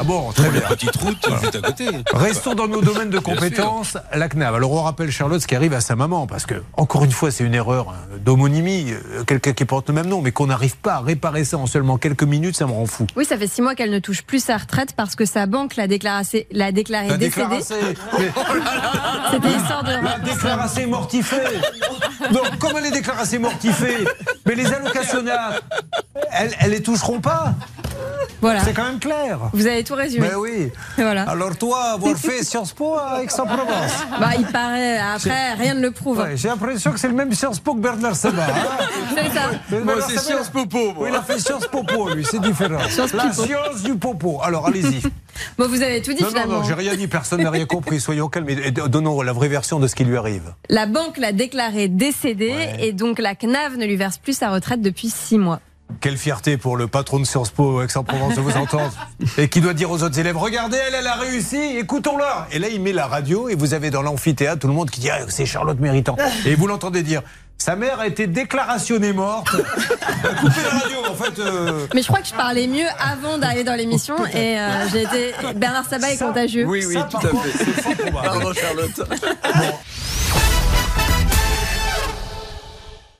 Ah bon, Très très bien. La petite route juste à côté. Restons dans nos domaines de compétences, la CNAV. Alors on rappelle Charlotte ce qui arrive à sa maman, parce que, encore une fois, c'est une erreur hein, d'homonymie, euh, quelqu'un qui porte le même nom, mais qu'on n'arrive pas à réparer ça en seulement quelques minutes, ça me rend fou. Oui, ça fait six mois qu'elle ne touche plus sa retraite parce que sa banque l'a déclaré, l'a déclarée La décédée. déclarassée, mais- C'était histoire de. la déclarassée mortifée. Donc, comment les déclarassés mortifée Mais les allocationnaires, elles, elles les toucheront pas. Voilà. C'est quand même clair. Vous avez tout résumé. Mais oui. Voilà. Alors toi, avoir fait Sciences Po à Aix-en-Provence. Bah, il paraît. Après, rien ne le prouve. Ouais, J'ai l'impression que c'est le même Sciences Po que Bernard Sabat. hein. C'est ça. Mais Moi, Bernard c'est Sabat, Sciences Popo. moi. Oui, il a fait Sciences Popo, lui, c'est différent. La science du popo. Alors, allez-y. Bon, vous avez tout dit Non, non, finalement. non, j'ai rien dit, personne n'a rien compris. Soyons calmes et et donnons la vraie version de ce qui lui arrive. La banque l'a déclarée décédée et donc la CNAV ne lui verse plus sa retraite depuis six mois. Quelle fierté pour le patron de Sciences Po Aix-en-Provence de vous entendre et qui doit dire aux autres élèves regardez elle elle a réussi écoutons-leur et là il met la radio et vous avez dans l'amphithéâtre tout le monde qui dit Ah, c'est Charlotte Méritant et vous l'entendez dire sa mère a été déclarationnée morte coupez la radio en fait euh, Mais je crois que je parlais mieux avant d'aller dans l'émission et euh, j'ai été Bernard Sabat est Oh, Ça, contagieux. Oui, oui, ça, tout par à contre, fait. c'est fort probable. Pardon, Charlotte.